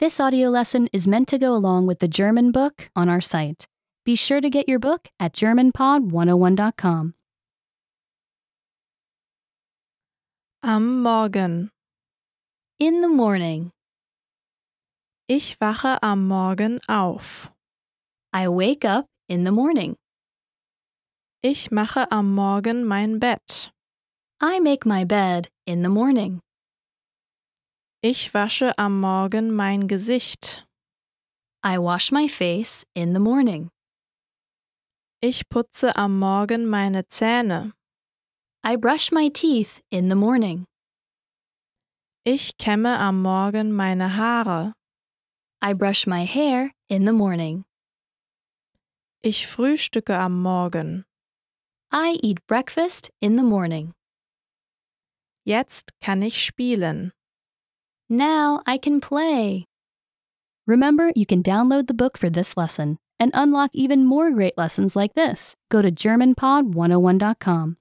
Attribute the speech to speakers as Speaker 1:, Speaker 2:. Speaker 1: This audio lesson is meant to go along with the German book on our site. Be sure to get your book at GermanPod101.com.
Speaker 2: Am Morgen.
Speaker 1: In the morning,
Speaker 2: Ich wache am Morgen auf.
Speaker 1: I wake up in the morning.
Speaker 2: Ich mache am Morgen mein Bett.
Speaker 1: I make my bed in the morning.
Speaker 2: Ich wasche am Morgen mein Gesicht.
Speaker 1: I wash my face in the morning.
Speaker 2: Ich putze am Morgen meine Zähne.
Speaker 1: I brush my teeth in the morning.
Speaker 2: Ich kämme am Morgen meine Haare.
Speaker 1: I brush my hair in the morning.
Speaker 2: Ich frühstücke am Morgen.
Speaker 1: I eat breakfast in the morning.
Speaker 2: Jetzt kann ich spielen.
Speaker 1: Now I can play. Remember, you can download the book for this oh lesson and unlock even more great lessons like this. Go to GermanPod101.com.